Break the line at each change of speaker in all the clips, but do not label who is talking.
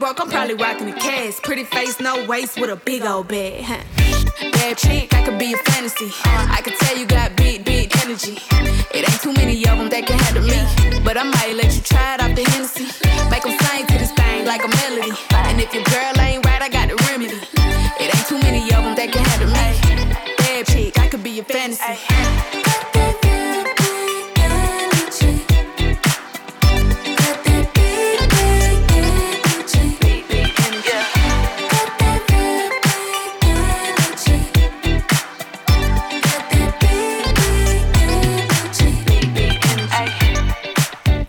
Broke, I'm probably rocking the cast. Pretty face, no waist, with a big old bag. Huh? Bad chick, I could be a fantasy. I could tell you got big, big energy. It ain't too many of them that can handle me. But I might let you try it off the Hennessy. Make 'em sing to this thing like a melody. And if your girl ain't right, I got the remedy. It ain't too many of them that can handle me. Bad chick, I could be a fantasy.
Got that good, big energy. Got that big, big energy. Got that good, big energy. Got that big, big energy.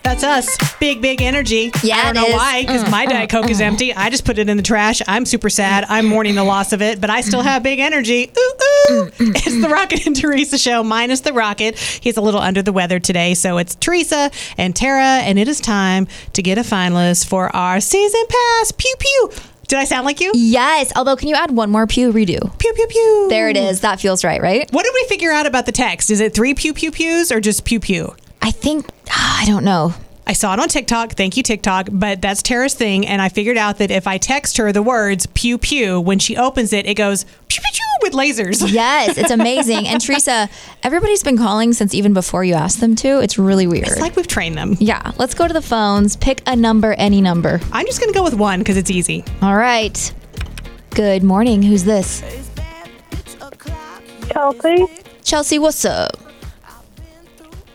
That's us. Big, big energy.
Yeah,
I don't know
it is. Mm,
why, because my Diet Coke is empty. I just put it in the trash. I'm super sad. I'm mourning the loss of it, but I still have big energy. Ooh,
Mm,
ooh. It's the Rocket and Teresa show, minus the Rocket. He's a little under the weather today. So it's Teresa and Tara, and it is time to get a finalist for our season pass. Pew, pew. Did I sound like you?
Yes. Although, can you add one more pew redo?
Pew, pew, pew.
There it is. That feels right, right?
What did we figure out about the text? Is it three pew, pew, pews or just pew, pew?
I think, ah, I don't know.
I saw it on TikTok. Thank you, TikTok. But that's Tara's thing. And I figured out that if I text her the words pew pew, when she opens it, it goes pew pew, pew with lasers.
Yes, it's amazing. and Teresa, everybody's been calling since even before you asked them to. It's really weird.
It's like we've trained them.
yeah, let's go to the phones. Pick a number, any number.
I'm just going to go with one because it's easy.
All right. Good morning. Who's this?
Chelsea.
Chelsea, what's up?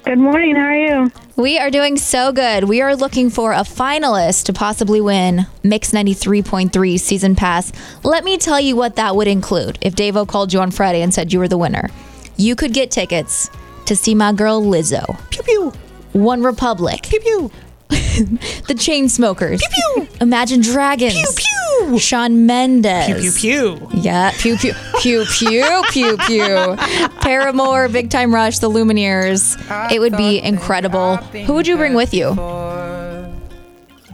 Good morning. How are you?
We are doing so good. We are looking for a finalist to possibly win Mix 93.3 season pass. Let me tell you what that would include if Davo called you on Friday and said you were the winner. You could get tickets to see my girl Lizzo,
Pew pew,
One Republic,
pew pew,
The Chainsmokers,
pew.
Imagine Dragons,
pew pew,
Sean Mendes,
pew pew pew.
Yeah, pew pew pew pew pew pew. Paramore, Big Time Rush, The Lumineers. It would be incredible. Who would you bring with you?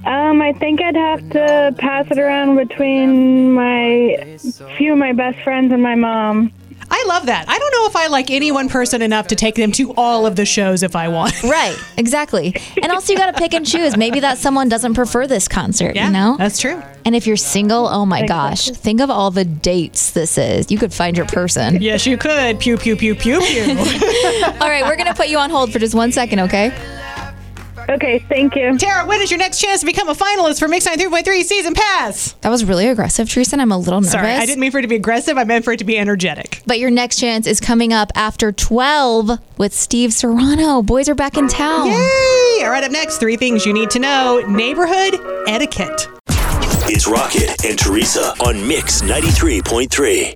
Um, I think I'd have to pass it around between my few of my best friends and my mom.
I love that. I don't know if I like any one person enough to take them to all of the shows if I want.
Right, exactly. And also, you got to pick and choose. Maybe that someone doesn't prefer this concert, you know?
that's true.
And if you're single, oh my gosh, think of all the dates this is. You could find your person.
Yes, you could. Pew pew pew pew pew.
All right, we're going to put you on hold for just one second, okay?
Okay, thank you.
Tara, when is your next chance to become a finalist for Mix 93.3 season pass?
That was really aggressive, Teresa, and I'm a little nervous.
Sorry, I didn't mean for it to be aggressive. I meant for it to be energetic.
But your next chance is coming up after 12 with Steve Serrano. Boys are back in town.
Yay! All right, up next, three things you need to know neighborhood etiquette.
It's Rocket and Teresa on Mix 93.3.